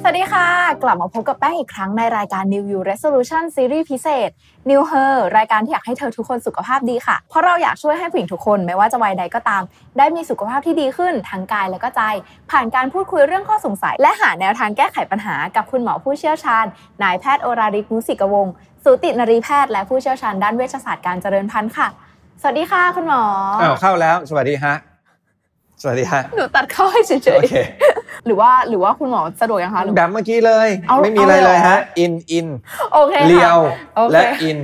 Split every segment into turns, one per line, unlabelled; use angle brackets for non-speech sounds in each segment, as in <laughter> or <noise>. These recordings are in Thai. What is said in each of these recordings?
สวัสดีค่ะ กลับมาพบกับแป้งอีกครั้งในรายการ New You Resolution ซีรีส์พิเศษ New Her รายการที่อยากให้เธอทุกคนสุขภาพดีค่ะ เพราะเราอยากช่วยให้ผู้หญิงทุกคนไม่ว่าจะวัยใดก็ตาม ได้มีสุขภาพที่ดีขึ้นทั้งกายและก็ใจ ผ่านการพูดคุยเรื่องข้อสงสัย และหาแนวทางแก้ไขปัญหากับคุณหมอผู้เชี่ยวชาญ นายแพทย์โอราริกมุสิกวงศ์สูตินรีแพทย์และผู้เชี่ยวชาญด้านเวชศาสตร์การเจริญพันธุ์ค่ะ สวัสดีค่ะ คุณหมอ
อ้าวเข้าแล้วสวัสดีฮะสวัสดีฮะ
หนูตัดเข้าให้เฉ
โอย เค
ๆหรือว่าหรือว่าคุณหมอสะดวกยังคะหรือ
ดับเมื่อกี้เลย
เอา
ไม่มีอะไร
เอาเลยเหรอ
เลยฮะอินอิน
โอเคค่ะ
เรียว
โอเค
และอิน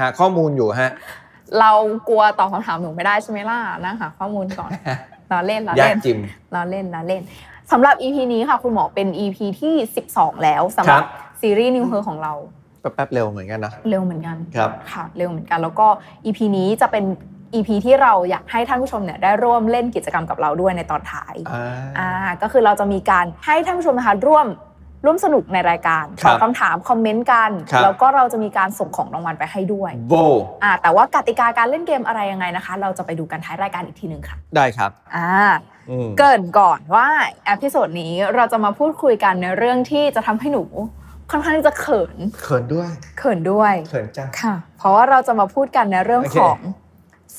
หาข้อมูลอยู่ฮะ
เรากลัวตอบคำถามหนูไม่ได้ใช่ไหมล่ะนั่งหาข้อมูล
<laughs>
ก่อน ล้อเล่นล้อย
าก
เล่น
จิม
ล้อเล่นล้อเล่นสำหรับ EP นี้ค่ะ คุณหมอเป็น EP ที่ 12 แล้วสำหรับ
ครับ
ซีรีส์ New Her ของเรา
แป๊บๆเร็วเหมือนกันนะ
เร็วเหมือนกัน
ครับ
ค่ะ เร็วเหมือนกัน แล้วก็ EP นี้จะเป็น EP ที่เราอยากให้ท่านผู้ชมเนี่ยได้ร่วมเล่นกิจกรรมกับเราด้วยในตอนท้าย
อ่า
อ่าก็คือเราจะมีการให้ท่านผู้ชมนะคะร่วมร่วมสนุกในรายการ
ค
ต
รั
อบบ คำถามคอมเมนต์กัน
ครับ
แล้วก็เราจะมีการส่งของรางวัลไปให้ด้วย
โบ
อ่าแต่ว่ากติกาการเล่นเกมอะไรยังไงนะคะ เราจะไปดูกันท้ายรายการอีกทีหนึ่งค่ะ
ได้ครับ
อ่า
อืม
เกรินก่อนว่าอพิโซดนี้เราจะมาพูดคุยกันในเรื่องที่จะทำให้หนู ค่อนข้างที่จะเขิน
เขินด้วย
เขินด้วย
เขินจัง
ค่ะ เพราะว่าเราจะมาพูดกันในเรื่อง
โอเค
ของ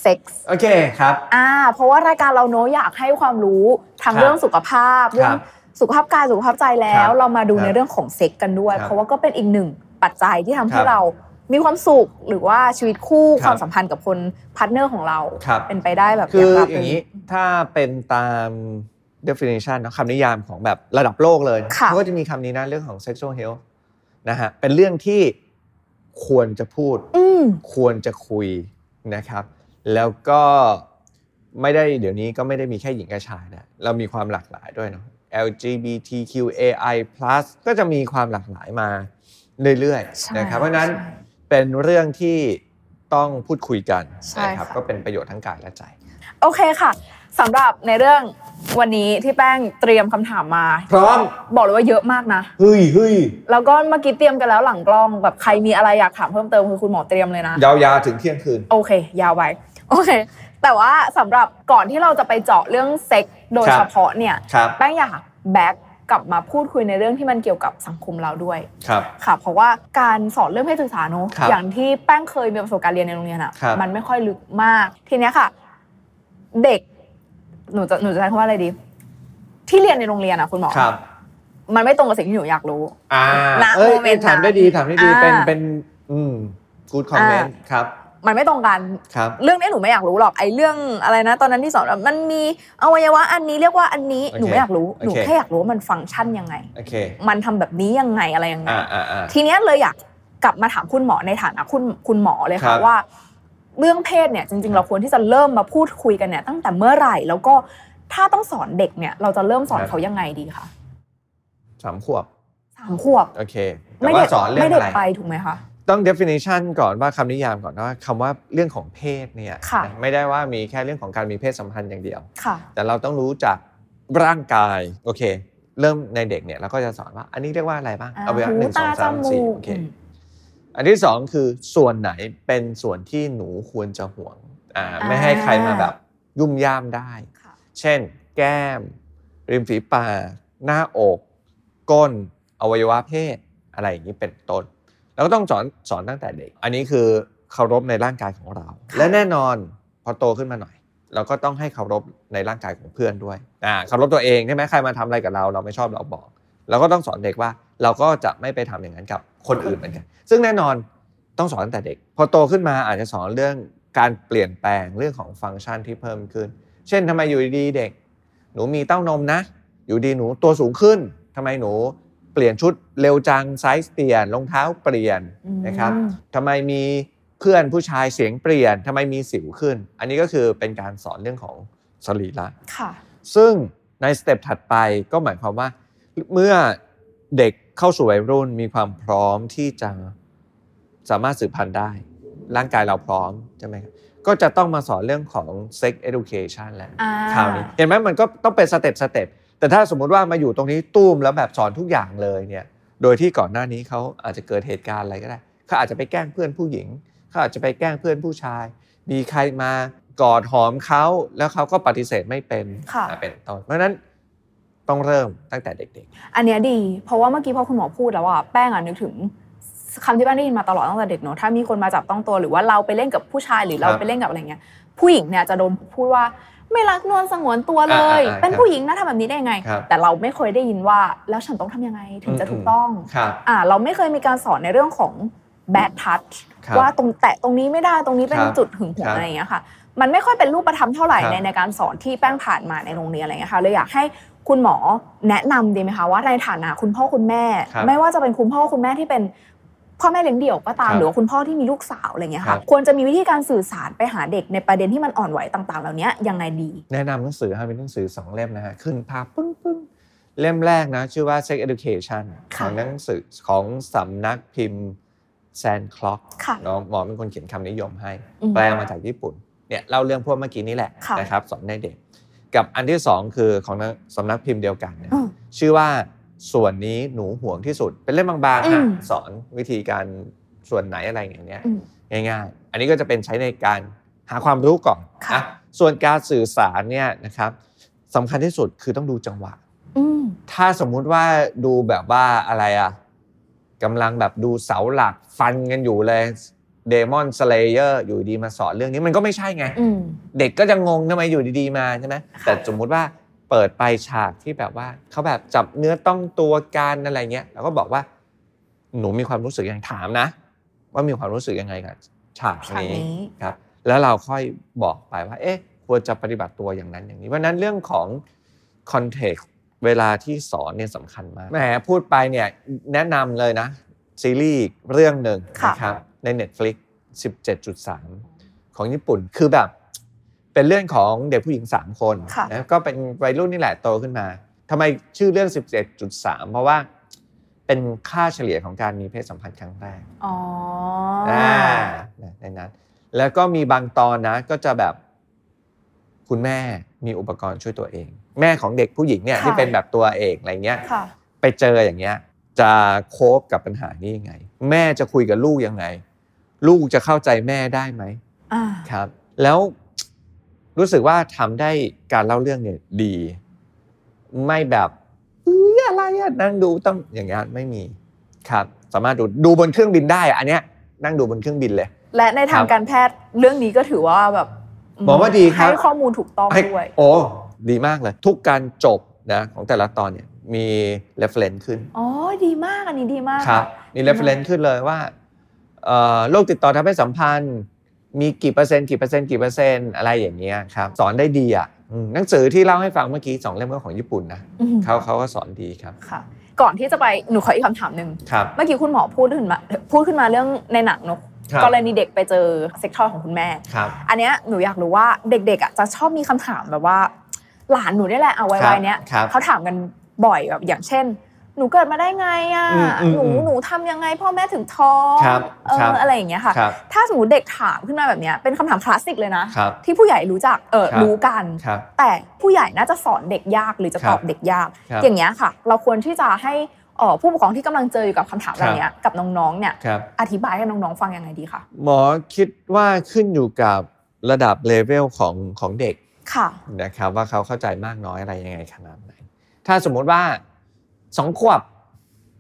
เซ็กส์
โอเคครับ
อ่าเพราะว่ารายการเราโน้อยากให้ความรู้ทาง
ครับ
เรื่องสุขภาพ
ครับ
เรื่องสุขภาพกายสุขภาพใจแล้ว
ครับ
เรามาดู
ครับ
ในเรื่องของเซ็กส์กันด้วย
ครับ
เพราะว่าก็เป็นอีกหนึ่งปัจจัยที่ทำให้
ครับ
เรามีความสุขหรือว่าชีวิตคู่
ครับ
ความสัมพันธ์กับคนพาร์ทเนอร์ของเรา
ครับ
เป็นไปได้แบบ
คือ
แบบ
อย่างนี้ถ้าเป็นตาม definition เนอะคำนิยามของแบบระดับโลกเลยเขาก็จะมีคำนี้นะเรื่องของ sexual health นะฮะเป็นเรื่องที่ควรจะพูด
อืม
ควรจะคุยนะครับ แล้วก็ไม่ได้เดี๋ยวนี้ก็ไม่ได้มีแค่หญิงกับชายนะเรามีความหลากหลายด้วยเนาะ LGBTQAI+ ก็จะมีความหลากหลายมาเรื่อย
ใช่
ๆนะครับเพราะฉะนั้น
ใช่
เป็นเรื่องที่ต้องพูดคุยกัน
ใช่
นะครั
ค่ะ
ก็เป็นประโยชน์ทั้งกายและใจ
โอเคค่ะสำหรับในเรื่องวันนี้ที่แป้งเตรียมคำถามมา
พร้อม
บอกเลยว่าเยอะมากนะ
เฮ้ยเฮ้ย
แล้วก็เมื่อกี้เตรียมกันแล้วหลังกล้องแบบใครมีอะไรอยากถามเพิ่มเติมคือคุณหมอเตรียมเลยนะ
ยาวๆ ถึงเที่ยงคืน
โอเค ยาวไปโอเค แต่ว่าสำหรับก่อนที่เราจะไปเจาะเรื่องเซ็กโดย
ครับ
เฉพาะเนี่ย
ครับ
แป้งอยากแบ็กกลับมาพูดคุยในเรื่องที่มันเกี่ยวกับสังคมเราด้วย
ครับ
ค่ะเพราะว่าการสอนเรื่องเพศศึกษาเนอะ
ครับ
อย่างที่แป้งเคยมีประสบการณ์เรียนในโรงเรียนอะ
ครับ
มันไม่ค่อยลึกมาก ทีเนี้ยค่ะ เด็ก หนูจะหนูจะใช้คำว่าอะไรดี ที่เรียนในโรงเรียนอะคุณหมอ
ครับ
มันไม่ตรงกับสิ่งที่หนูอยากรู้
อ่า
ณ
เอ้ย
โมเมนต์นั้น
ถามได้ดีถามได้ดี
อ่า
เป็นเป็นอืม good comment ครับ
มันไม่ตรงกัน
ครับ
เรื่องเนี้ยหนูไม่อยากรู้หรอกไอ้เรื่องอะไรนะ ตอนนั้นที่สอนแบบมันมีอวัยวะอันนี้เรียกว่าอันนี้
โอเค
หนูไม่อยากรู้หนู
โอเค
แค่อยากรู้ว่ามันฟังก์ชันยังไง
โอเค
มันทำแบบนี้ยังไงอะไรยังไง
อ่าอ่าอ่า
ทีเนี้ยเลยอยากกลับมาถามคุณหมอในฐานะคุณคุณหมอเลย
ครั
ค่ะ
บ
ว่า เรื่องเพศเนี่ยจริง ๆ
ครับ
เราควรที่จะเริ่มมาพูดคุยกันเนี่ยตั้งแต่เมื่อไหร่ แล้วก็ถ้าต้องสอนเด็กเนี่ย เราจะเริ่มสอน
ครับ
เขายังไงดีคะ
สามขวบ
สามขวบ
โอเคแต่
ไม่
ว่า
เด็ก
สอนเรื่อ
ไม่
ง
เด็
อะ
ก
ไร
ไปถูกไหมคะ
ต้อง definition ก่อนว่าคำนิยามก่อนว่าคำว่าเรื่องของเพศเนี่ย
ค่ะ
ไม่ได้ว่ามีแค่เรื่องของการมีเพศสัมพันธ์อย่างเดียว
ค่ะ
แต่เราต้องรู้จักร่างกาย โอเค เริ่มในเด็กเนี่ยเราก็จะสอนว่า อันนี้เรียกว่าอะไรบ้าง
อ่า
เอาไปว่า
หู
หนึ่งสอง
ตา
สามสี่
จมูก
โอเค
อืม
อันที่สองคือส่วนไหนเป็นส่วนที่หนูควรจะห่วงอ่าไม่ให้ใครมาแบบยุ่มย่ามได้
ค่ะ
เช่น แก้ม ริมฝีปาก หน้าอก ก้น อวัยวะเพศ อะไรอย่างนี้เป็นต้น แล้วก็ต้องสอนสอนตั้งแต่เด็ก อันนี้คือเคารพในร่างกายของเรา
ค่ะ
และแน่นอนพอโตขึ้นมาหน่อย เราก็ต้องให้เคารพในร่างกายของเพื่อนด้วยอ่าเคารพตัวเองใช่ไหมใครมาทำอะไรกับเรา เราไม่ชอบเราบอก เราก็ต้องสอนเด็กว่าเราก็จะไม่ไปทำอย่างนั้นกับคนอื่นเหมือนกัน ซึ่งแน่นอนต้องสอนตั้งแต่เด็ก พอโตขึ้นมาอาจจะสอนเรื่องการเปลี่ยนแปลงเรื่องของฟังก์ชันที่เพิ่มขึ้น เช่นทำไมอยู่ดีๆเด็ก หนูมีเต้านมนะ อยู่ดีหนูตัวสูงขึ้นทำไมหนูเปลี่ยนชุดเร็วจังไซส์เปลี่ยนรองเท้าเปลี่ยน
อืม
นะครับทำไมมีเพื่อนผู้ชายเสียงเปลี่ยนทำไมมีสิวขึ้น อันนี้ก็คือเป็นการสอนเรื่องของสรีระ
ค่ะ
ซึ่งในสเต็ปถัดไปก็หมายความว่า เมื่อเด็กเข้าสู่วัยรุ่นมีความพร้อมที่จะสามารถสืบพันธุ์ได้ ร่างกายเราพร้อมใช่ไหมครับก็จะต้องมาสอนเรื่องของ sex education แล้ว
อ่า
คราวนี้ เห็นไหมมันก็ต้องเป็นสเต็ปสเต็ปแต่ถ้าสมมุติว่ามาอยู่ตรงนี้ตุ้มแล้วแบบสอนทุกอย่างเลยเนี่ย โดยที่ก่อนหน้านี้เขาอาจจะเกิดเหตุการณ์อะไรก็ได้เขาอาจจะไปแกล้งเพื่อนผู้หญิง เขาอาจจะไปแกล้งเพื่อนผู้ชาย มีใครมากอดหอมเขาแล้วเขาก็ปฏิเสธไม่เป็น
ค่ะ
อ่เป็นต้นเพราะฉะนั้นต้องเริ่มตั้งแต่เด็ก
อันเนี้ยดี เพราะว่าเมื่อกี้พอคุณหมอพูดแล้วว่าแป้งอ่ะนึกถึงคำที่แป้งได้ยินมาตลอดตั้งแต่เด็กเนอะถ้ามีคนมาจับต้องตัวหรือว่าเราไปเล่นกับผู้ชายหรือเรา
ครับ
ไปเล่นกับอะไรเงี้ยผู้หญิงเนี่ยจะโดนพูดว่าไม่รักนวลสงวนตัวเลย
อ่าๆๆ
เป็นผู้หญิงนะทำแบบนี้ได้ยังไง
ครับ
แต่เราไม่เคยได้ยินว่าแล้วฉันต้องทำยังไงถึงจะ
อืม
ถูกต้อง
ครับ
อ่าเราไม่เคยมีการสอนในเรื่องของ bad touch
ครับ
ว่าตรงแตะตรงนี้ไม่ได้ตรงนี้เป็น
ครับ
จุดหึงหว
ครั
ง
บ
อะไรอย่างเงี้ยค่ะ มันไม่ค่อยเป็นรูปธรรมเท่าไหร่
ครับ
ในในการสอนที่แป้งผ่านมาในโรงเรียนอะไรเงี้ยค่ะเลยอยากให้คุณหมอแนะนำดีไหมคะว่าในฐานะคุณพ่อคุณแม่
ครับ
ไม่ว่าจะเป็นคุณพ่อคุณแม่ที่เป็นพ่อแม่เลี้ยงเดี่ยวก็ตาม
ครับ
หรือว่าคุณพ่อที่มีลูกสาวอะไรเงี้ย
ครั
ค่ะ
บ
ควรจะมีวิธีการสื่อสารไปหาเด็กในประเด็นที่มันอ่อนไหวต่างๆ เหล่านี้ยังไงดี
แนะนำหนังสือให้เป็นหนังสือสองเล่มนะฮะ ขึ้นภาพปึ้งปึ้งเล่มแรกนะ ชื่อว่า Sex Education ข
ค่ะ
องหนังสือของสำนักพิมพ์ Sand Clock
ค่ะ
เนาะหมอเป็นคนเขียนคำนิยมให้
อืม
แปลมาจากญี่ปุ่นเนี่ยเล่าเรื่องพวกเมื่อกี้นี่แหละ
ค่ะ
นะครับสอนในเด็ก กับอันที่สองคือของนักสำนักพิมพ์เดียวกันเนี่ย
อืม
ชื่อว่าส่วนนี้หนูห่วงที่สุด เป็นเล่มบางๆฮะ
อืม
สอนวิธีการส่วนไหนอะไรอย่างเงี้ย
อืม
ง่ายๆ อันนี้ก็จะเป็นใช้ในการหาความรู้ก่อน
ค่ะ
อ่ะส่วนการสื่อสารเนี่ยนะครับสำคัญที่สุดคือต้องดูจังหวะ
อืม
ถ้าสมมุติว่าดูแบบว่าอะไรอะกำลังแบบดูเสาหลักฟันกันอยู่เลยเดมอนสเลเยอร์อยู่ดีมาสอนเรื่องนี้มันก็ไม่ใช่ไง
อืม
เด็กก็จะงงทำไมอยู่ดีๆมาใช่ไหม
ค่ะ
แต่สมมุติว่าเปิดไปฉากที่แบบว่าเขาแบบจับเนื้อต้องตัวกันอะไรเงี้ยแล้วก็บอกว่า หนูมีความรู้สึกยังไงถามนะ ว่ามีความรู้สึกยังไงกับฉาก
ฉาก
นี้
นี้
ครับแล้วเราค่อยบอกไปว่า เอ๊ะ ควรจะปฏิบัติตัวอย่างนั้นอย่างนี้เพราะฉะนั้นเรื่องของคอนเทกต์เวลาที่สอนเนี่ยสำคัญมากแหมพูดไปเนี่ยแนะนำเลยนะ ซีรีส์เรื่องหนึ่งนะครับใน Netflix 17.3 ของญี่ปุ่นคือแบบ เป็นเรื่องของเด็กผู้หญิง 3 คน
ค่ะ
นะก็เป็นวัยรุ่นนี่แหละโตขึ้นมาทำไมชื่อเรื่อง 17.3 เพราะว่าเป็นค่าเฉลี่ยของการมีเพศสัมพันธ์ครั้งแรก
อ๋ออ
อ่านะในนั้น แล้วก็มีบางตอนนะก็จะแบบคุณแม่มีอุปกรณ์ช่วยตัวเอง แม่ของเด็กผู้หญิงเนี่ย
ค่ะ
ที่เป็นแบบตัวเอกอะไรเงี้ย
ค่ะ
ไปเจออย่างเงี้ย จะโคบกับปัญหานี้ยังไง แม่จะคุยกับลูกยังไง ลูกจะเข้าใจแม่ได้ไหม
อ่า
ครับ แล้วรู้สึกว่าทำได้การเล่าเรื่องเนี่ยดี ไม่แบบอุ๊ยอะไรอะนั่งดูต้องอย่างเงี้ยไม่มีครับ สามารถดูดูบนเครื่องบินได้อะอันเนี้ยนั่งดูบนเครื่องบินเลย
และในทางการแพทย์เรื่องนี้ก็ถือว่าแบบ
หมอว่าดีครับ
ให้ข้อมูลถูกต้องด้วย
โอ้ ดีมากเลย ทุกการจบนะของแต่ละตอนเนี่ยมี reference ขึ้น
อ๋อ ดีมากอันนี้ดีมาก
ครับมี reference ขึ้นเลยว่าเอ่อโรคติดต่อทางเพศสัมพันธ์ มีกี่เปอร์เซ็นต์กี่เปอร์เซ็นต์กี่เปอร์เซ็นต์อะไรอย่างเงี้ยครับ สอนได้ดีอ่ะอืมหนังสือที่เล่าให้ฟังเมื่อกี้สองเล่มก็ของญี่ปุ่นนะ
อืม
เขาเขาก็สอนดีครับ
ค่ะ ก่อนที่จะไปหนูขออีกคำถามหนึ่ง
ครับ
เมื่อกี้คุณหมอพูดขึ้นมาพูดขึ้นมาเรื่องในหนังเนก
ครับ
กรณีเด็กไปเจอเซ็กทอยของคุณแม่
ครับ
อันเนี้ยหนูอยากรู้ว่าเด็กๆอ่ะจะชอบมีคำถามแบบว่า หลานหนูเนี่ยแหละเอาไว้
ครับ
ไเนี้ย
ครับ
เขาถามกันบ่อยแบบอย่างเช่น หนูเกิดมาได้ไงอ่ะ
อืมอืม
หนู
อืม
หนูทำยังไงพ่อแม่ถึงท้อง
ครับ
เอ
ครับ
ออะไรอย่างเงี้ยค่ะ
ครับ
ถ้าสมมติเด็กถามขึ้นมาแบบเนี้ยเป็นคำถามคลาสสิกเลยนะ
ครับ
ที่ผู้ใหญ่รู้จักเออ
ครับ
รู้กัน
ครับ
แต่ผู้ใหญ่น่าจะสอนเด็กยากหรือจะ
ครับ
ตอบเด็กยาก
ครับ
อย่างเงี้ยค่ะ เราควรที่จะให้เอ่อผู้ปกครองที่กำลังเจออยู่กับคำถาม
ครั
แบบ บเนี้ยกับน้องๆเนี่ย
ครับ
อธิบายให้น้องๆฟังยังไงดีคะ
หมอคิดว่าขึ้นอยู่กับระดับเลเวลของของเด็ก
ค่ะ
นะครับว่าเขาเข้าใจมากน้อยอะไรยังไงขนาดไหน ถ้าสมมุติว่าสองขวบ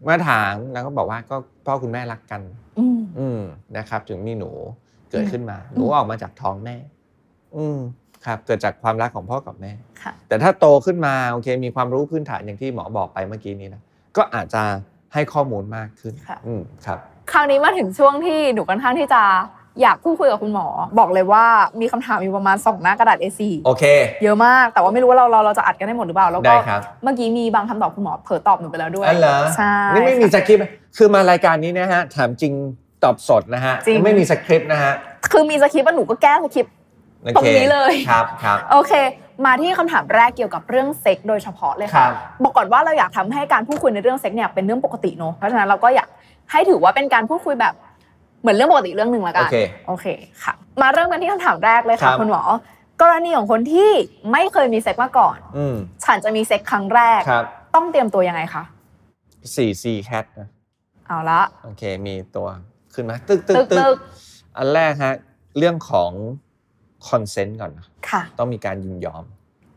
มาถามแล้วก็บอกว่าก็พ่อคุณแม่รักกัน
อืม
อืมนะครับ ถึงมีหนูเกิดขึ้นมา
อืม
หนูออกมาจากท้องแม่ อืมครับ เกิดจากความรักของพ่อกับแม่
ค่ะ
แต่ถ้าโตขึ้นมาโอเค มีความรู้พื้นฐานอย่างที่หมอบอกไปเมื่อกี้นี้นะก็อาจจะให้ข้อมูลมากขึ้น
ค่ะ
อืมครับ
คราวนี้มาถึงช่วงที่หนูค่อนข้างที่จะอยากพูดคุยกับคุณหมอ บอกเลยว่ามีคำถามอยู่ประมาณสองหน้ากระดาษ A4
โอเค
เยอะมาก แต่ว่าไม่รู้ว่าเราเราเราจะอัดกันได้หมดหรือเปล่าแล้ว
ได้
ก็
ครับ
เมื่อกี้มีบางคำตอบคุณหมอเผลอตอบหนูไปแล้วด้วย
อ๋อเหรอ
ใช่
นี่ไม่มีสคริปต์คือมารายการนี้นะฮะถามจริงตอบสดนะฮะ
จริง
ไม่มีสคริปต์นะฮะ
คือมีสคริปต์ว่าหนูก็แก้สคริปต์
โอค
ตรงนี้เลย
ครับครับ
โอเค มาที่คำถามแรกเกี่ยวกับเรื่องเซ็กโดยเฉพาะเลย
ครั
ค่ะ
บ
บอกก่อนว่าเราอยากทำให้การพูดคุยในเรื่องเซ็กเนี่ยเป็นเรื่องปกติเนอะเพราะฉะนั้นเราก็อยากให้ถือว่าเป็นการพูดคุยแบบเหมือนเรื่องปกติเรื่องหนึ่งละกัน
โอเค
โอเคค่ะ มาเริ่มกันที่คำถามแรกเลยค่ะ
ครับ
คุณหมอ กรณีของคนที่ไม่เคยมีเซ็กมาก่อน
อืม
ฉันจะมีเซ็กครั้งแรก
ครับ
ต้องเตรียมตัวยังไงคะ
4C cat นะ
เอาละ
โอเค มีตัวขึ้นมา ตึกตึก
ตึกตึ
ตึ
ก
ก อันแรกฮะเรื่องของคอนเซนต์ก่อนนะ
ค่ะ
ต้องมีการยินยอม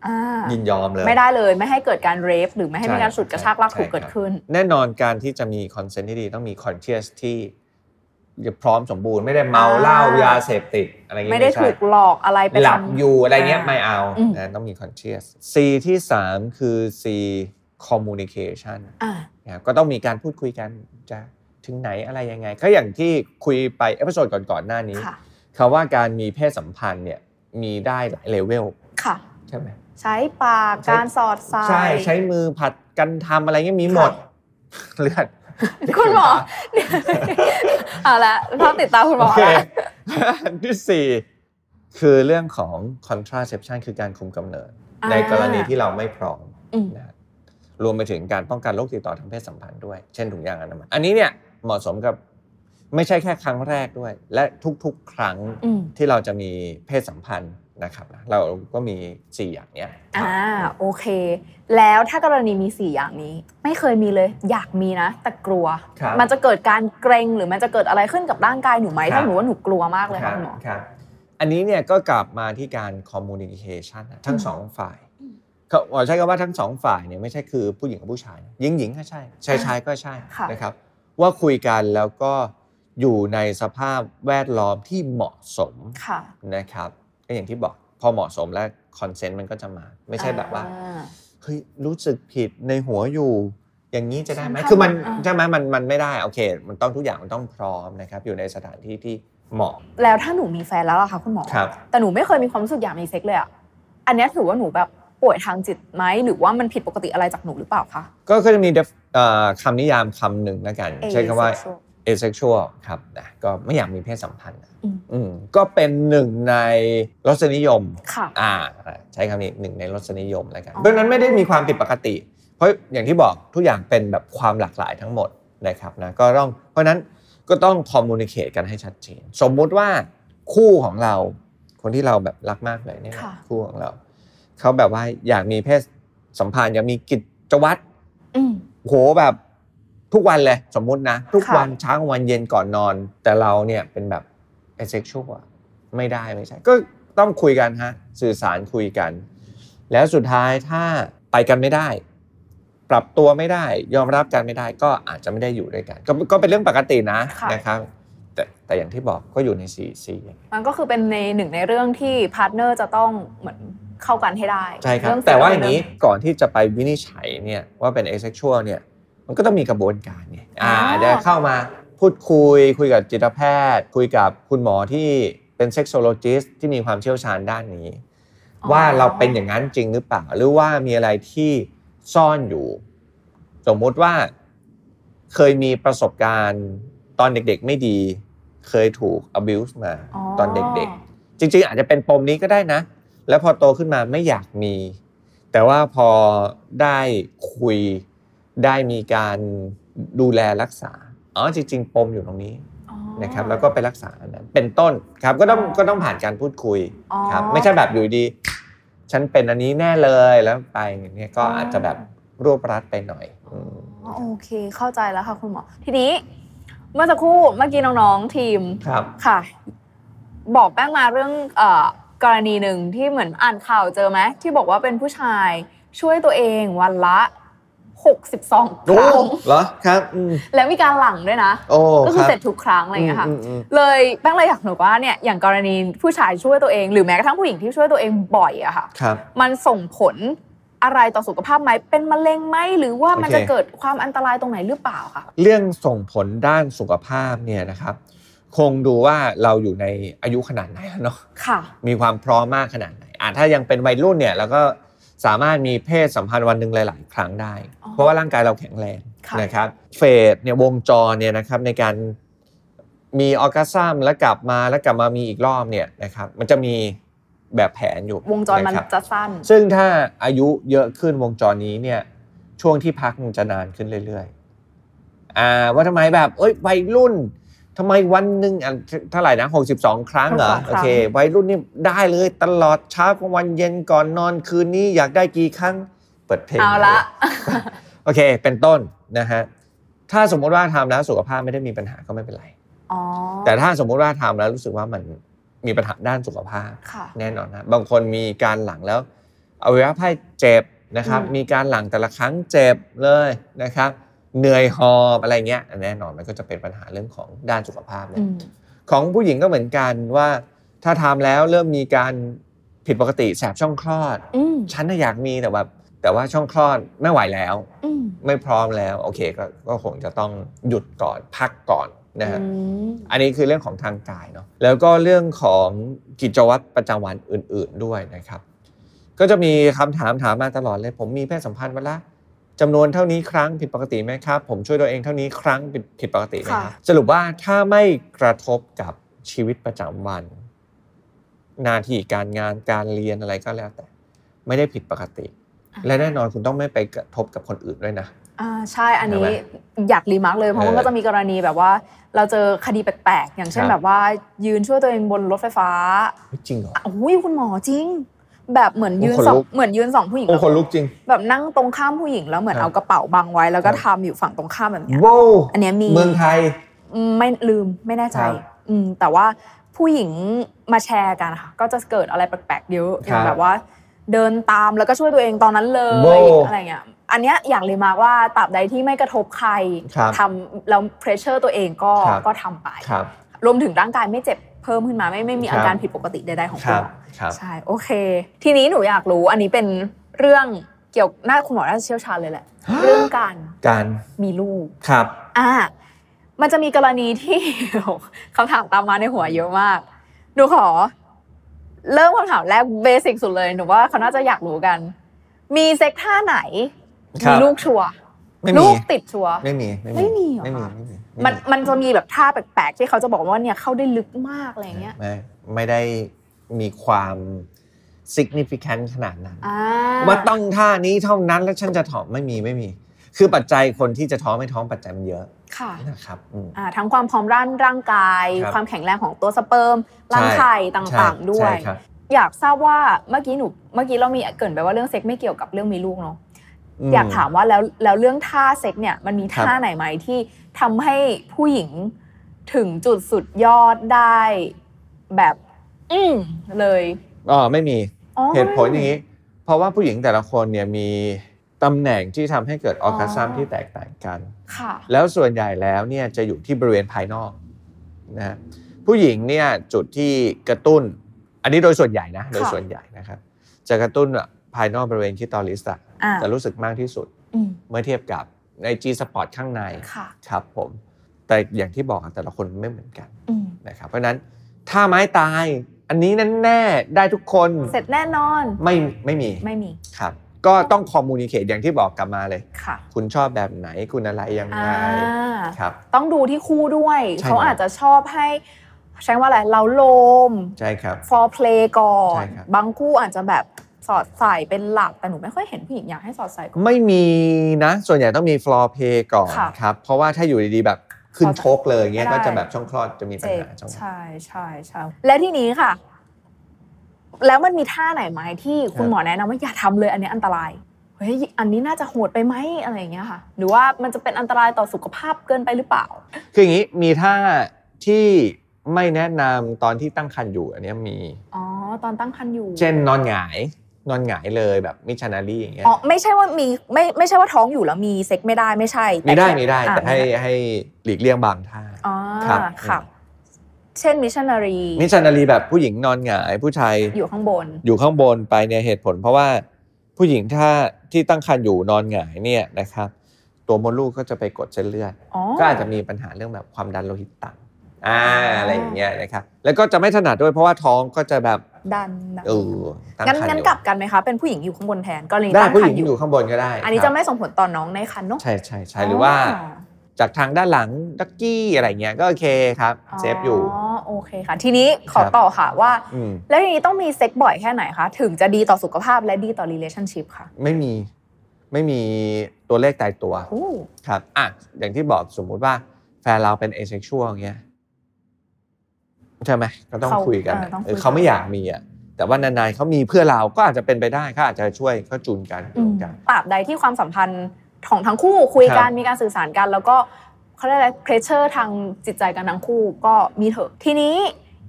อ่าย
ยินยอมเลย
ไม่ได้เลยไม่ให้เกิดการเรฟหรือไม่ให้
ใช่
มีการฉุดกระชากลากถู
ใช่
เกิ
ค
ด
รับ
ขึ้น
แน่นอนการที่จะมีคอนเซนต์ที่ดีต้องมีคอนเชียสที่พร้อมสมบูรณ์ไม่ได้เมา
อ่า
เหล้ายาเสพติดอะไรอย่าง
ไม่
เงี้ย
ได้ถูกหลอกอะไรไป
หลับ
ทำ
อยู่อะไรเงี้ยไม่เอา
อืม
นะต้องมีคอนเชียส C ที่ 3 คือ C communication
อ่า
นะครับก็ต้องมีการพูดคุยกันจะถึงไหนอะไรยังไง ก็อย่างที่คุยไปเอพิโซดก่อนๆหน้านี้
ค่ะ
คำว่าการมีเพศสัมพันธ์เนี่ยมีได้หลายเลเวล
ค่ะ
ใช่ไหม
ใช้ปาก
ใช้
การสอดสาย
ใช่ใช้มือผัดกันทำอะไรเงี้ยมีหมดเลือด
คุณหมอ <laughs> เอาละเราติดตามคุณหม
โอ
อ
เค
ละ
อันที่สี่คือเรื่องของ contraception คือการคุมกำเนิด ในกรณีที่เราไม่พร้อม
อืม
นะรวมไปถึงการป้องกันโรคติดต่อทางเพศสัมพันธ์ด้วย เช่นถุงยางอนามัยอันนี้เนี่ยเหมาะสมกับไม่ใช่แค่ครั้งแรกด้วย และทุกๆ ครั้ง
อืม
ที่เราจะมีเพศสัมพันธ์นะครับนะเราก็มี 4 อย่างเนี้ย
อ่าโอเค แล้วถ้ากรณีมีสี่อย่างนี้ ไม่เคยมีเลย อยากมีนะ แต่กลัว
ครับ
มันจะเกิดการเกรงหรือมันจะเกิดอะไรขึ้นกับร่างกายหนูไหม
ครับ
ถ้าหนูว่าหนูกลัวมากเลย
ค
ค่ะ
รับ
คุณหมอ
ครับอันนี้เนี่ยก็กลับมาที่การคอมมูนิเคชันทั้งสองฝ่าย
อืม
ก็ขอใช้คำว่าทั้งสองฝ่ายเนี่ยไม่ใช่คือผู้หญิงกับผู้ชายนะหญิงหญิงก็ใช่ชายชายก็ใช่
ค่ะ
นะครับ ว่าคุยกันแล้วก็อยู่ในสภาพแวดล้อมที่เหมาะสม
ค่ะ
นะครับก็อย่างที่บอกพอเหมาะสมแล้วคอนเซนต์มันก็จะมา ไม่ใช่แบบว่า
อ่
เฮ้ยรู้สึกผิดในหัวอยู่ อย่างนี้จะได้ไหม
ฉันทำ
คือมัน
อ่า
ใช่ไหมมันมันไม่ได้โอเค มันต้องทุกอย่างมันต้องพร้อมนะครับ อยู่ในสถานที่ที่เหมาะ
แล้วถ้าหนูมีแฟนแล้วล่ะคะคุณหมอ
ครับ
แต่หนูไม่เคยมีความรู้สึกอยากมีเซ็กเลยอ่ะ อันเนี้ยถือว่าหนูแบบป่วยทางจิตไหมหรือว่ามันผิดปกติอะไรจากหนูหรือเปล่าคะ
ก็ก็จะมี def- เอ่อคำนิยามคำหนึ่งแล้วกัน ใช้คำว่า
Asexual
asexual ครับนะก็ไม่อยากมีเพศสัมพันธ์นะ
อืม
อืมก็เป็นหนึ่งในรสนิยม
ค่ะ
อ่า ใช้คำนี้หนึ่งในรสนิยมแล้วกัน
อ๋อ
ดังนั้นไม่ได้มีความผิดปกติ เพราะอย่างที่บอกทุกอย่างเป็นแบบความหลากหลายทั้งหมดนะครับนะก็ต้องเพราะฉะนั้นก็ต้องคอมมูนิเค e กันให้ชัดเจน สมมุติว่าคู่ของเรา คนที่เราแบบรักมากเลยเนี่ย
ค่ะ
คู่ของเราเขาแบบว่าอยากมีเพศสัมพันธ์อยากมีกิจวัตร
อืม
โหแบบทุกวันเลยสมมุตินะ ทุก
ค่ะ
วันเช้ากลางวันเย็นก่อนนอน แต่เราเนี่ยเป็นแบบเอเซ็กชวลไม่ได้ไม่ใช่ ก็ต้องคุยกันฮะ สื่อสารคุยกัน แล้วสุดท้ายถ้าไปกันไม่ได้ ปรับตัวไม่ได้ ยอมรับกันไม่ได้ ก็อาจจะไม่ได้อยู่ด้วยกัน ก็ก็เป็นเรื่องปกตินะ
ค่ะ
นะครับ แต่แต่อย่างที่บอกก็อยู่ในสี่สี่อย่าง
มันก็คือเป็นในหนึ่งในเรื่องที่พาร์ทเนอร์จะต้องเหมือนเข้ากันให้ได้
ใช่ครับ
เองเซ็ก
แต่ว่าอย่างนี้
เรื่
ก่อนที่จะไปวินิจฉัยเนี่ยว่าเป็น asexual เนี่ยมันก็ต้องมีกระบวนการไงอ่า
อ๋อ
จะเข้ามาพูดคุย คุยกับจิตแพทย์ คุยกับคุณหมอที่เป็น sexologist ที่มีความเชี่ยวชาญด้านนี้
อ๋อ
ว่าเราเป็นอย่างนั้นจริงหรือเปล่า หรือว่ามีอะไรที่ซ่อนอยู่ สมมุติว่าเคยมีประสบการณ์ตอนเด็กๆไม่ดี เคยถูก abuse มาตอนเด็กๆ จริงๆ อาจจะเป็นปมนี้ก็ได้นะ แล้วพอโตขึ้นมาไม่อยากมี แต่ว่าพอได้คุยได้มีการดูแลรักษา อ๋อจริง ๆ ปมอยู่ตรงนี้นะครับ แล้วก็ไปรักษาอันนั้นเป็นต้นครับก็ต้องก็ต้องผ่านการพูดคุย
อ๋อ
ครับไม่ใช่แบบอยู่ดี ฉันเป็นอันนี้แน่เลยแล้วไปเนี่ยก็
อ๋ออ
อาจจะแบบรวบรัดไปหน่อยอืม
อ๋อโอเคเข้าใจแล้วค่ะคุณหมอ ทีนี้เมื่อสักครู่เมื่อกี้น้องๆทีม
ครับ
ค่ะ บอกแป้งมาเรื่องเอ่อกรณีหนึ่งที่เหมือนอ่านข่าวเจอไหมที่บอกว่าเป็นผู้ชายช่วยตัวเองวันละ 62ค
โอ้
รั้ง
เหรอครับอืม
แล้วมีการหลังด้วยนะ
โอ้
ก็คือ
รับ
เสร็จทุกครั้งอะไรอย่างเงี้ยค่ะ
มอืม
เลยแป้งเลยอยากหนูว่าเนี่ยอย่างกรณีผู้ชายช่วยตัวเองหรือแม้กระทั่งผู้หญิงที่ช่วยตัวเองบ่อยอะค่ะ
ครับ
มันส่งผลอะไรต่อสุขภาพไหมเป็นมะเร็งไหมหรือว่ามันจะ
โอเค
เกิดความอันตรายตรงไหนหรือเปล่าค่ะ
เรื่องส่งผลด้านสุขภาพเนี่ยนะครับ คงดูว่าเราอยู่ในอายุขนาดไหนเนาะ
ค่ะ
มีความพร้อมมากขนาดไหนอ่ะถ้ายังเป็นวัยรุ่นเนี่ยเราก็สามารถมีเพศสัมพันธ์วันหนึ่งหลาย ๆ ครั้งได้
อ๋อ
เพราะว่าร่างกายเราแข็งแรง
ค่ะ
นะครับเฟสเนี่ยวงจรเนี่ยนะครับในการมีออร์กัซัมแล้วกลับมาแล้วกลับมามีอีกรอบเนี่ยนะครับมันจะมีแบบแผนอยู่
วงจรมัน
นะครับ
จะสั้น
ซึ่งถ้าอายุเยอะขึ้นวงจรนี้เนี่ยช่วงที่พักมันจะนานขึ้นเรื่อยๆ อ่าว่าทำไมแบบ เอ้ยวัยรุ่นทำไมวันหนึ่งอ่ะเท่าไหร่นะ62 ครั้งเหรอ
62ครั้ง
โอเควัยรุ่นนี่ได้เลยตลอดเช้ากลางวันเย็นก่อนนอนคืนนี้อยากได้กี่ครั้งเปิดเพลง
เอาละ
<laughs> โอเค เป็นต้นนะฮะถ้าสมมติว่าทำแล้วสุขภาพไม่ได้มีปัญหาก็ไม่เป็นไร
อ๋อ
แต่ถ้าสมมุติว่าทำแล้วรู้สึกว่ามันมีปัญหาด้านสุขภาพ
ค่ะ
แน่นอนนะบางคนมีการหลังแล้วอวัยวะภายเจ็บนะครับ
อืม
มีการหลังแต่ละครั้งเจ็บเลยนะครับ เหนื่อยหอบอะไรเงี้ยแน่นอนมันก็จะเป็นปัญหาเรื่องของด้านสุขภาพเนี่ย
อืม
ของผู้หญิงก็เหมือนกันว่า ถ้าทำแล้วเริ่มมีการผิดปกติแสบช่องคลอด
อืม
ฉันน่ะอยากมีแต่แบบแต่ว่าช่องคลอดไม่ไหวแล้ว
อืม
ไม่พร้อมแล้วโอเคก็ก็คงจะต้องหยุดก่อนพักก่อนนะฮะ
อืม
อันนี้คือเรื่องของทางกายเนาะแล้วก็เรื่องของกิจวัตรประจำวันอื่น ๆด้วยนะครับ ก็จะมีคำถามถามมาตลอดเลย ผมมีเพศสัมพันธ์วันละจำนวนเท่านี้ครั้งผิดปกติไหมครับ ผมช่วยตัวเองเท่านี้ครั้งผิดผิดปกติไหมครับสรุปว่าถ้าไม่กระทบกับชีวิตประจำวัน หน้าที่การงานการเรียนอะไรก็แล้วแต่ ไม่ได้ผิดปกติ และแน่นอนคุณต้องไม่ไปกระทบกับคนอื่นด้วยนะ
อ่าใช่อันนี้
ใช่
อยากรีมาร์กเลยเพราะว่า
เออ
ก็จะมีกรณีแบบว่า เราเจอคดีแปลกๆ อย่างเช่น
ครับ
แบบว่ายืนช่วยตัวเองบนรถไฟฟ้า
เฮ้ยจริงเหรอ
อ่ะอุ้ยคุณหมอจริง แบบเหมือนยืน
โอ้ขน
สอง
ลุก
เหมือนยืนสองผู้หญิง
โอ้
แล้ว
คนลุกจริง
แบบนั่งตรงข้ามผู้หญิงแล้วเหมือน
ครับ
เอากระเป๋าบังไว้ แล้วก็
ครับ
ทำอยู่ฝั่งตรงข้ามแบบเนี้ย
ว้าว
อันเนี้ยมี
เมืองไทย
อืมไม่ลืมไม่แน่ใจ
ครับ
อืมแต่ว่าผู้หญิงมาแชร์กันค่ะก็จะเกิดอะไรแปลกๆเยอะ
ครับ
อย่างแบบว่า เดินตามแล้วก็ช่วยตัวเองตอนนั้นเลย
โว้
อะไรเงี้ยอันเนี้ยอยากเลยมาว่าตราบใดที่ไม่กระทบใคร
ครับ
ทำแล้วเพรสเชอร์ตัวเองก็
ครับ
ก็ทำไป
ครับ
รวมถึงร่างกายไม่เจ็บเพิ่มขึ้นมาไม่ไม่มี
ครับ
อาการผิดปกติใดๆของ
ค
ตั
รั
ว
บครับ
ใช่โอเค ทีนี้หนูอยากรู้อันนี้เป็นเรื่องเกี่ยวน่าคุณหมอน่าจะเชี่ยวชาญเลยแหละ เรื่องการ
การ
มีลูก
ครับ
อ่า มันจะมีกรณีที่ <laughs> คำถามตามมาในหัวเยอะมาก หนูขอ เริ่มคำถามแรกเบสิกสุดเลย หนูว่าเขาน่าจะอยากรู้กัน มีเซ็กท่าไหน
ครั
มี
บ
ลูกชัวร์
ไม่
ลู
มี
กติดชัวร์
ไม่มีไม่
ไม่มี
มี
เหรอคะ
ไม่มีไม่มี
มันมันจะมีแบบท่าแปลกๆ ที่เขาจะบอกว่าเนี่ยเข้าได้ลึกมากอะไรอย่างเงี้ย
ไม่ไม่ได้มีความ significant ขนาดนั้น
อ่า
ว่าต้องท่านี้เท่านั้นแล้วฉันจะท้องไม่มีไม่มี คือปัจจัยคนที่จะท้องไม่ท้องปัจจัยมันเยอะ
ค่ะ
นะครับอืม
อ่า ทั้งความพร้อมร่างร่างกาย
ครับ
ความแข็งแรงของตัวสเปิร์มรัง
ใช่
ไข่ต
ใช่
่างๆ ด้วย
ใช่ครับ
อยากทราบว่าเมื่อกี้หนูเมื่อกี้เรามีเกรินไปว่าเรื่องเซ็กไม่เกี่ยวกับเรื่องมีลูกเนาะ อยากถามว่าแล้วแล้วเรื่องท่าเซ็กเนี่ยมันมีท่า
ครับ
ไหนไหมที่ทำให้ผู้หญิงถึงจุดสุดยอดได้แบบ อืมเลย
อ๋อไม่มี
อ๋อ
เหตุผลอย่างนี้ เพราะว่าผู้หญิงแต่ละคนเนี่ยมีตำแหน่งที่ทำให้เกิดออร์กาซัมที่แตกต่างกัน
ค่ะ
แล้วส่วนใหญ่แล้วเนี่ยจะอยู่ที่บริเวณภายนอกนะฮะผู้หญิงเนี่ยจุดที่กระตุ้น อันนี้โดยส่วนใหญ่นะโดยส่วนใหญ่นะครับ จะกระตุ้นอะภายนอกบริเวณที่ตอริสอะ
อ่า
จะรู้สึกมากที่สุด
อืม
เมื่อเทียบกับใน G Spot ข้างใน
ค่ะ
ครับผม แต่อย่างที่บอกอะแต่ละคนไม่เหมือนกัน
อืม
นะครับ เพราะฉะนั้นถ้าไม้ตายอันนี้นั่นแน่ๆได้ทุกคน
เสร็จแน่นอน
ไม่ไม่มี
ไม่มี
ครับ ก็ต้องคอมมูนิเคตอย่างที่บอกกลับมาเลย
ค่ะ
คุณชอบแบบไหนคุณอะไรยังไง
อ่า
ครับ
ต้องดูที่คู่ด้วย
ใช่
เขา
ครับ
อาจจะชอบให้ ใช้ว่าอะไรเราโลม
ใช่ครับ
ฟอร์เพลย์ก่อน
ใช่ครับ
บางคู่อาจจะแบบสอดใส่เป็นหลักแต่หนูไม่ค่อยเห็นผู้หญิงอยากให้สอดใส่
ไม่มีนะ ส่วนใหญ่ต้องมีฟลอร์เพย์ก่อน
ค่ะ
ครับ เพราะว่าถ้าอยู่ดีๆ แบบขึ้นชกเลยเงี้ย
ไม่
ก็
ได้
จะแบบช่องคลอดจะมีปัญ
เจ็บ
หาช่องคลอด
ใช่ใช่ใช่และที่นี้ค่ะ แล้วมันมีท่าไหนไหมที่คุณ
ครับ
หมอแนะนำว่าอย่าทำเลยอันนี้อันตรายเฮ้ยอันนี้น่าจะโหดไปไหมอะไรอย่างเงี้ยค่ะ หรือว่ามันจะเป็นอันตรายต่อสุขภาพเกินไปหรือเปล่า
คืออย่างนี้มีท่าที่ไม่แนะนำตอนที่ตั้งครรภ์อยู่อันเนี้ยมี
อ๋อ ตอนตั้งครรภ์อยู่
เช่นนอนหงายนอนหงายเลยแบบมิชชันนารีอย่างเงี้ย
อ๋อไม่ใช่ว่ามีไม่ไม่ใช่ว่าท้องอยู่แล้วมีเซ็กไม่ได้ไม่ใช่
มี
แต่
ได้
แค่
มีได้
อ่ะ
แต่ให้ให้หลีกเลี่ยงบางท่า
อ๋อ
ครับ
ค่ะ เช่นมิชชันนารี
มิชชันนารีแบบผู้หญิงนอนหงายผู้ชาย
อยู่ข้างบน
อยู่ข้างบนไปเนี่ยเหตุผล เพราะว่าผู้หญิงถ้าที่ตั้งครรภ์อยู่นอนหงายเนี่ยนะครับ ตัวมดลูกก็จะไปกดเส้นเลือด
อ๋อ
ก็อาจจะมีปัญหาเรื่องแบบความดันโลหิตต่ำอ่าอะไรอย่างเงี้ยนะครับแล้วก็จะไม่ถนัดด้วยเพราะว่าท้องก็จะแบบ
ดันนะ
เออตั้ง
งั้น
ครรภ์
งั้น
อยู่
กลับกันไหมคะ เป็นผู้หญิงอยู่ข้างบนแทนกรณี
ได้
ตั้ง
ผู้
คร
ห
ร
ญิ
ภ์
ง
อยู่
อยู่ข้างบนก็ได้
อันนี้
ค
จะ
รับ
ไม่ส่งผลต่อน้องในคันเนาะ
ใช่ใช่ใช่หรือว่าจากทางด้านหลังดักกี้อะไรเงี้ยก็โอเคครับ
อ๋
เซฟอยู่
อ๋อโอเคค่ะ ทีนี้ขอ
ครับ
ต่อค่ะว่า
อืม
แล้วทีนี้ต้องมีเซ็กบ่อยแค่ไหนคะ ถึงจะดีต่อสุขภาพและดีต่อ relationship ค่ะ
ไม่มีไม่มีตัวเลขตายตัว
โอ้
ครับอ่ะอย่างที่บอกสมมุติว่าแฟนเราเป็นเอเซ็กชวลเงี้ยใช่ไหมก็ต้องคุยกัน
เออ
อะ
ต้องคุ
เออเขาไม่อยากมีอ่ะแต่ว่านานๆเขามีเพื่อเราก็อาจจะเป็นไปได้เขาอาจจะช่วยเขาจูนกัน
อื
จู
ม
นกัน
ตราบใดที่ความสัมพันธ์ของทั้งคู่คุยกัน
ครับ
มีการสื่อสารกัน แล้วก็ เขาเรียกอะไรเพรสเชอร์ทางจิตใจกันทั้งคู่ก็มีเถอะ ทีนี้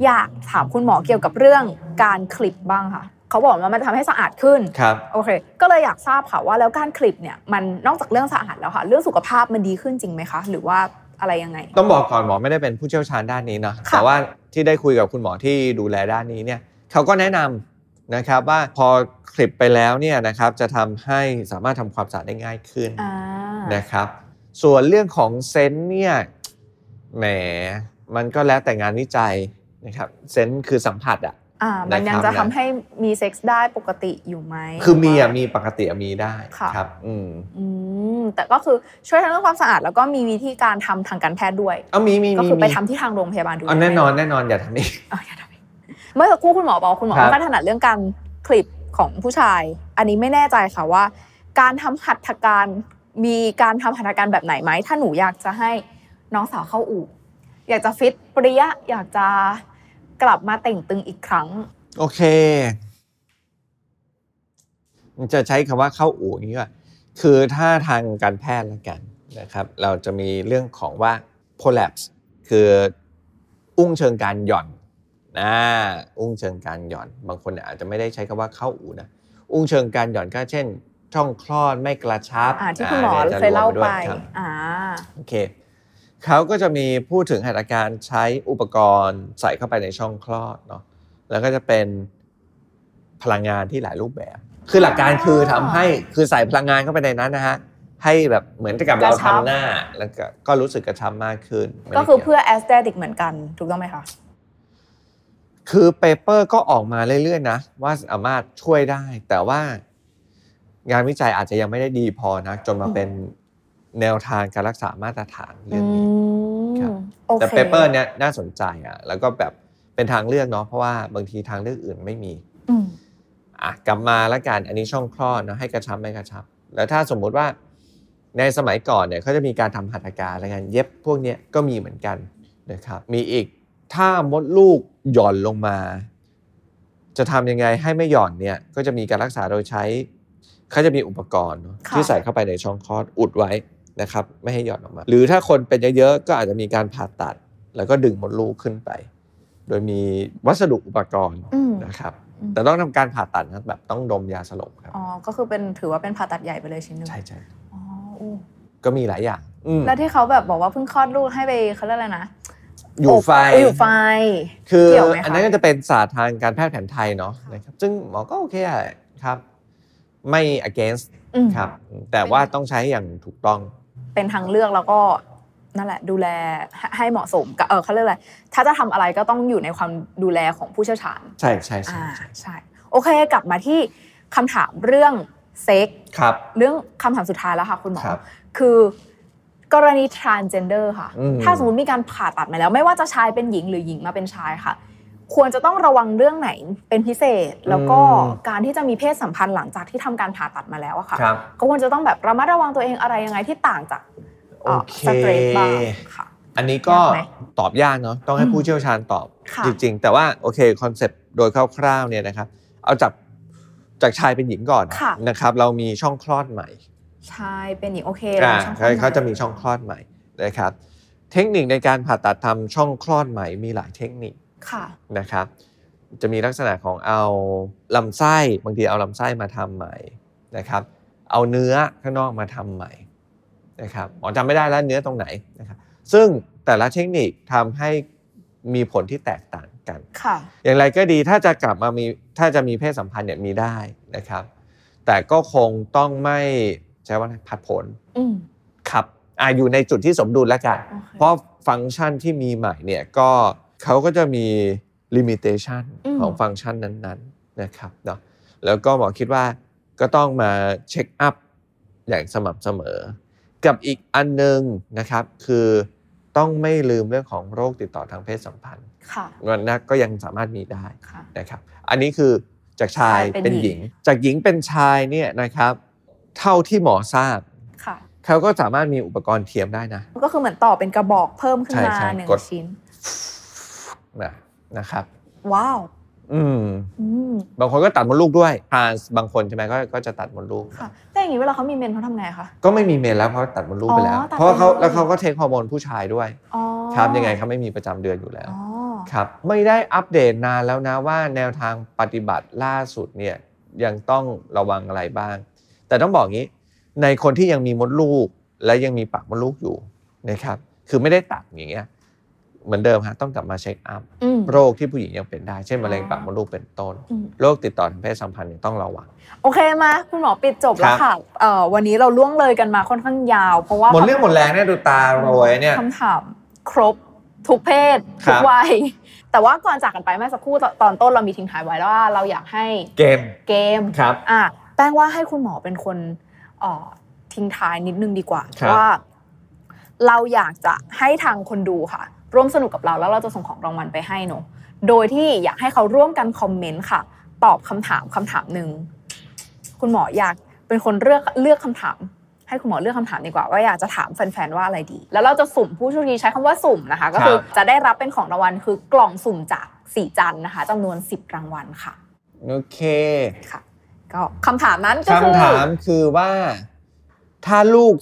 อยากถามคุณหมอเกี่ยวกับเรื่องการคลิปบ้างค่ะ เขาบอกว่ามันทำให้สะอาดขึ้น
ครับ
โอเค ก็เลยอยากทราบค่ะว่าแล้วการคลิปเนี่ยมันนอกจากเรื่องสะอาดแล้วค่ะ เรื่องสุขภาพมันดีขึ้นจริงไหมคะ หรือว่าอะไรยังไง
ต้องบอกก่อนหมอไม่ได้เป็นผู้เชี่ยวชาญด้านนี้เนาะ
ค่ะ
แต่ว่าที่ได้คุยกับคุณหมอที่ดูแลด้านนี้เนี่ยเขาก็แนะนำนะครับว่าพอคลิปไปแล้วเนี่ยนะครับจะทำให้สามารถทำความสะอาดได้ง่ายขึ้น
อ่า
นะครับส่วนเรื่องของเซนส์เนี่ยแหมมันก็แล้วแต่งานวิจัยนะครับเซนส์คือสัมผัสอ่ะ
อ่า มันยัง
นะครับ
จะทำ
นะ
ให้มีเซ็กซ์ได้ปกติอยู่ไหม
คือมีอ่ะมีปกติอะมีได้
ค่ะ
ครับอืม
อืมแต่ก็คือช่วยทั้งเรื่องความสะอาดแล้วก็มีวิธีการทำทางการแพทย์ด้วย
เอามีมี
ก็
มี
คือไป
มี
ทำที่ทางโรงพยาบาลดู
เอาแน่นอนแน่นอนอย่าทำอีก
เอาอย่าทำเองเมื่อสักครู่คุณหมอบอกว่าคุณหมอ
ครับ
ไม่ค่อยถนัดเรื่องการคลิปของผู้ชาย อันนี้ไม่แน่ใจค่ะว่า การทำหัตถการมีการทำหัตถการแบบไหนไหมถ้าหนูอยากจะให้น้องสาวเข้าอู่อยากจะฟิตเปรี้ยอยากจะกลับมาแต่งตึงอีกครั้ง
โอเค มันจะใช้คำว่าเข้าอู่อย่างนี้ว่าคือถ้าทางการแพทย์ละกันนะครับ เราจะมีเรื่องของว่า prolapse คืออุ้งเชิงการหย่อนนะอุ้งเชิงการหย่อน บางคนเนี่ยอาจจะไม่ได้ใช้คำว่าเข้าอู่นะอุ้งเชิงการหย่อนก็เช่น ช่องคลอดไม่กระชับ
อ่าที่คุณหมอ
นี่
เคยเล่า
จะรวมด้ว
ไป
ครับ
อ่า
โอเคเขาก็จะมีพูดถึงหัตถการใช้อุปกรณ์ใส่เข้าไปในช่องคลอดเนาะ แล้วก็จะเป็นพลังงานที่หลายรูปแบบ คือหลักการคือทำให้คือใส่พลังงานเข้าไปในนั้นนะฮะ ให้แบบเหมือนกับเรา
กระชับ
ทำหน้า แล้วก็ก็รู้สึกกระชับมากขึ้นไม่ได้
ก็คือ
ยว
เพื่อแอสเตติกเหมือนกันถูกต้องไหมคะ
คือเปเปอร์ก็ออกมาเรื่อยๆนะ ว่าสามารถช่วยได้ แต่ว่างานวิจัยอาจจะยังไม่ได้ดีพอนะ จนมาเป็นแนวทางการรักษามาตรฐานเรื่องนี้ ครับ
อืมโอ
แต่
เค
เปเปอร์เนี้ยน่าสนใจอ่ะแล้วก็แบบเป็นทางเลือกเนาะเพราะว่าบางทีทางเลือกอื่นไม่มี
อืม
อ่ะกลับมาละกันอันนี้ช่องคลอดเนาะให้กระชับไม่กระชับ แล้วถ้าสมมุติว่าในสมัยก่อนเนี่ยเขาจะมีการทำหัตถการอะไรกันเย็บพวกเนี้ยก็มีเหมือนกันนะครับมีอีกถ้ามดลูกหย่อนลงมา จะทำยังไงให้ไม่หย่อนเนี่ยก็จะมีการรักษาโดยใช้เขาจะมีอุปกรณ์เนอะ
ะ
ที่ใส่เข้าไปในช่องคลอดอุดไว้นะครับไม่ให้หย่อนออกมา หรือถ้าคนเป็นเยอะๆก็อาจจะมีการผ่าตัด แล้วก็ดึงมดลูกขึ้นไป โดยมีวัสดุอุปกรณ์
อืม
นะครับ แต่ต้องทำการผ่าตัดนะแบบต้องดมยาสลบครับ
อ๋อ ก็คือเป็นถือว่าเป็นผ่าตัดใหญ่ไปเลยชิ้นหนึ่ง
ใช่ใช่
อ๋ออู้
ก็มีหลายอย่างอืม
แล้วที่เขาแบบบอกว่าเพิ่งคลอดลูกให้ไปเขาเรียกอะไรนะ
อยู่ไฟ
อบอยู่ไฟ
คือ
เกี่ยวไหมคะ
อันนั้นก็จะเป็นศาสตร์ทางการแพทย์แผนไทยเนาะนะครับซึ่งหมอก็โอเคอะครับ ไม่ against
อืม
ครับ แต่ว่าต้องใช้อย่างถูกต้อง
เป็นทางเลือกแล้วก็นั่นแหละ ดูแลให้ให้เหมาะสมกับเออเขาเรียกอะไรถ้าจะทำอะไรก็ต้องอยู่ในความดูแลของผู้เชี่ยวชาญ
ใช่ใช่ใช่
อ่าใช่ โอเคกลับมาที่คำถามเรื่องเซ็ก
ครับ
เรื่องคำถามสุดท้ายแล้วค่ะ คุณหมอ
ครับ
คือกรณี transgender ค่ะ
อืม
ถ้าสมมติมีการผ่าตัดมาแล้ว ไม่ว่าจะชายเป็นหญิงหรือหญิงมาเป็นชายค่ะ ควรจะต้องระวังเรื่องไหนเป็นพิเศษ แล้วก็การที่จะมีเพศสัมพันธ์หลังจากที่ทำการผ่าตัดมาแล้วอะค่ะ
ครับ
ก็ควรจะต้องแบบระมัดระวังตัวเองอะไรยังไงที่ต่างจาก
โอเค
สเตรทบ้างค่ะ
อันนี้ก็
ยากไหม
ตอบยากเนาะต้องให้
อืม
ผู้เชี่ยวชาญตอบ
ค่ะ
จริง ๆ แต่ว่าโอเคคอนเซปต์โดยคร่าวๆเนี่ยนะครับ เอาจากจากชายเป็นหญิงก่อน
ค่ะ
นะครับ เรามีช่องคลอดใหม่
ชายเป็นหญิงโอเค
อ่า
ช่องคล
เขา
อด
เขาจะมีช่องคลอดใหม่นะครับ เทคนิคในการผ่าตัดทำช่องคลอดใหม่มีหลายเทคนิค
ค่ะ
นะครับจะมีลักษณะของเอาลำไส้บางทีเอาลำไส้มาทำใหม่นะครับ เอาเนื้อข้างนอกมาทำใหม่นะครับหมอจำไม่ได้แล้วเนื้อตรงไหนนะครับซึ่งแต่ละเทคนิคทำให้มีผลที่แตกต่างกัน
ค่ะ
อย่างไรก็ดีถ้าจะกลับมามีถ้าจะมีเพศสัมพันธ์เนี่ยมีได้นะครับ แต่ก็คงต้องไม่ใช้ว่าอะไรผัดผล
อืม
ครับอ่ะอยู่ในจุดที่สมดุลแล้วกัน
โอเค
เพราะฟังก์ชันที่มีใหม่เนี่ยก็เขาก็จะมีลิมิเตชันของฟังก์ชันนั้นๆนะครับเนาะแล้วก็หมอคิดว่าก็ต้องมาเช็คอัพอย่างสม่ำเสมอ กับอีกอันหนึงนะครับคือต้องไม่ลืมเรื่องของโรคติดต่อทางเพศสัมพันธ์
ค่ะ
วันนั้นก็ยังสามารถมีได้
ค่ะ
นะครับ อันนี้คือจากชาย
ชายเป็
เป็น น
ห
ห
ญิ
ญิ
ง
ง จากหญิงเป็นชายเนี่ยนะครับเท่าที่หมอทราบ
ค่ะ
เขาก็สามารถมีอุปกรณ์เทียมได้นะ
ก็คือเหมือนต่อเป็นกระบอกเพิ่มขึ้น
ใช่
มา
ใช่
หนึ่ง
กด
ชิ้น
นะนะครับ
ว้าว
อืม
อืม
บางคนก็ตัดมดลูกด้วย trans บางคนใช่ไหมก็ก็จะตัดมดลูก
ค่ะ แต่อย่าง นี้เวลาเขามีเมนเขาทำไงคะ
ก็ไม่มีเมนแล้วเพราะตัดมดลูกไปแล้ว
อ๋อตัด
เพราะว่าเขา
มดลูก
แล้วเขาก็เทคฮอร์โมนผู้ชายด้วย
อ๋อ
ครับยังไงเขาไม่มีประจำเดือนอยู่แล้ว
อ๋อ
ครับไม่ได้อัปเดตนานแล้วนะว่าแนวทางปฏิบัติล่าสุดเนี่ยยังต้องระวังอะไรบ้าง แต่ต้องบอกงี้ ในคนที่ยังมีมดลูกและยังมีปากมดลูกอยู่นะครับคือไม่ได้ตัดอย่างเงี้ยเหมือนเดิมฮะต้องกลับมาเช็คอัพ
อืม
โรคที่ผู้หญิงยังเป็นได้เช่นมะเร็งปากมดลูกเป็นต้น
อืม
โรคติดต่อทางเพศสัมพันธ์เนี่ยต้องระวัง
โอเคมาคุณหมอปิดจบแล้วค่ะเอ่อวันนี้เราล่วงเลยกันมาค่อนข้างยาว เพราะว่า
หมดเรื่องหมดแรงเนี่ยดูตาโรยเนี่ย
คำถามครบทุกเพศ
ครั
ทุก
บ
วัยแต่ว่าก่อนจากกันไปเมื่อสักครู่ตตอนต้นเรามีทิ้งท้ายไว้ว่าเราอยากให้
เกม
เกม
ครับ
อ่ะแป้งว่าให้คุณหมอเป็นคนเอ่อทิ้งท้ายนิดนึงดีกว่า
ครับ
ว่า เราอยากจะให้ทางคนดูค่ะ ร่วมสนุกกับเราแล้วเราจะส่งของรางวัลไปให้เนอะโดยที่อยากให้เขาร่วมกันคอมเมนต์ค่ะ ตอบคำถามคำถามหนึ่งคุณหมออยากเป็นคนเลือกเลือกคำถาม ให้คุณหมอเลือกคำถามดีกว่าว่าอยากจะถามแฟนๆว่าอะไรดี แล้วเราจะสุ่มผู้โชคดีใช้คำว่าสุ่มนะคะ ก็คือจะได้รับเป็นของรางวัลคือกล่องสุ่มจากสีจันทร์นะคะจำนวน 10 รางวัลค่ะ
โอเค
ค่ะก็คำถามนั้นก็คือ
คำถามคือว่าถ้าลูก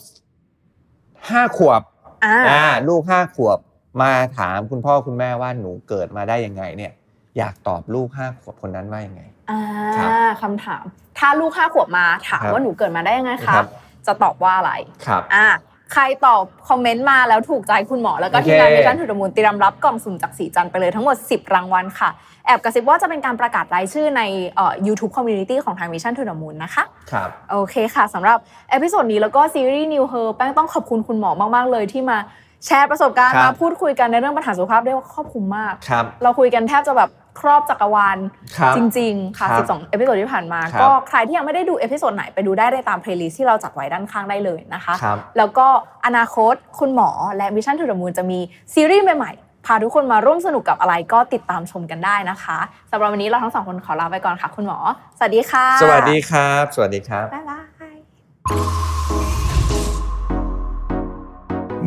ห้าขวบ
อ่า
อ่าลูกห้าขวบมาถามคุณพ่อคุณแม่ว่าหนูเกิดมาได้ยังไงเนี่ย อยากตอบลูกห้าขวบคนนั้นว่ายังไง
อ่า
ครับ
คำถาม ถ้าลูกห้าขวบมาถาม
ครับ
ว่าหนูเกิดมาได้ยังไงค
ครั
รับ
บ
จะตอบว่าอะไร
ครับ
อ่าใครตอบคอมเมนต์มาแล้วถูกใจคุณหมอแล้วก็
โอเค
ทีมงานมิชชั่นถุดมูลเตรียมรับกล่องสุ่มจากสีจันทร์ไปเลยทั้งหมด 10 รางวัลค่ะ แอบกระซิบว่าจะเป็นการประกาศรายชื่อในเอ่อ YouTube Community ของทางมิชชั่นถุดมูลนะคะ
ครับ
โอเคค่ะสำหรับเอพิโซดนี้แล้วก็ซีรีส์ New Her แป้งต้องขอบคุณคุณหมอมาก ๆ เลยที่มาแชร์ประสบการณ์
ครับ
มาพูดคุยกันในเรื่องปัญหาสุขภาพได้ครอบคลุมมาก
ครับ
เราคุยกันแทบจะแบบครอบจักรวาล
ครับ
จริง ๆ ค่ะ
ครับ
12 เอพิโซดที่ผ่านมา
ครับ
ก็ใครที่ยังไม่ได้ดูเอพิโซดไหนไปดูได้ในตามเพลย์ลิสต์ที่เราจัดไว้ด้านข้างได้เลยนะคะ
ครับ
แล้วก็อนาคตคุณหมอและมิชชั่นทูดมูลจะมีซีรีส์ใหม่ๆ พาทุกคนมาร่วมสนุกกับอะไรก็ติดตามชมกันได้นะคะสำหรับวันนี้เราทั้งสองคนขอลาไปก่อนค่ะ คุณหมอ สวัสดีค่ะ
สวัสดีครับ สวัสดีครับ
บ๊ายบาย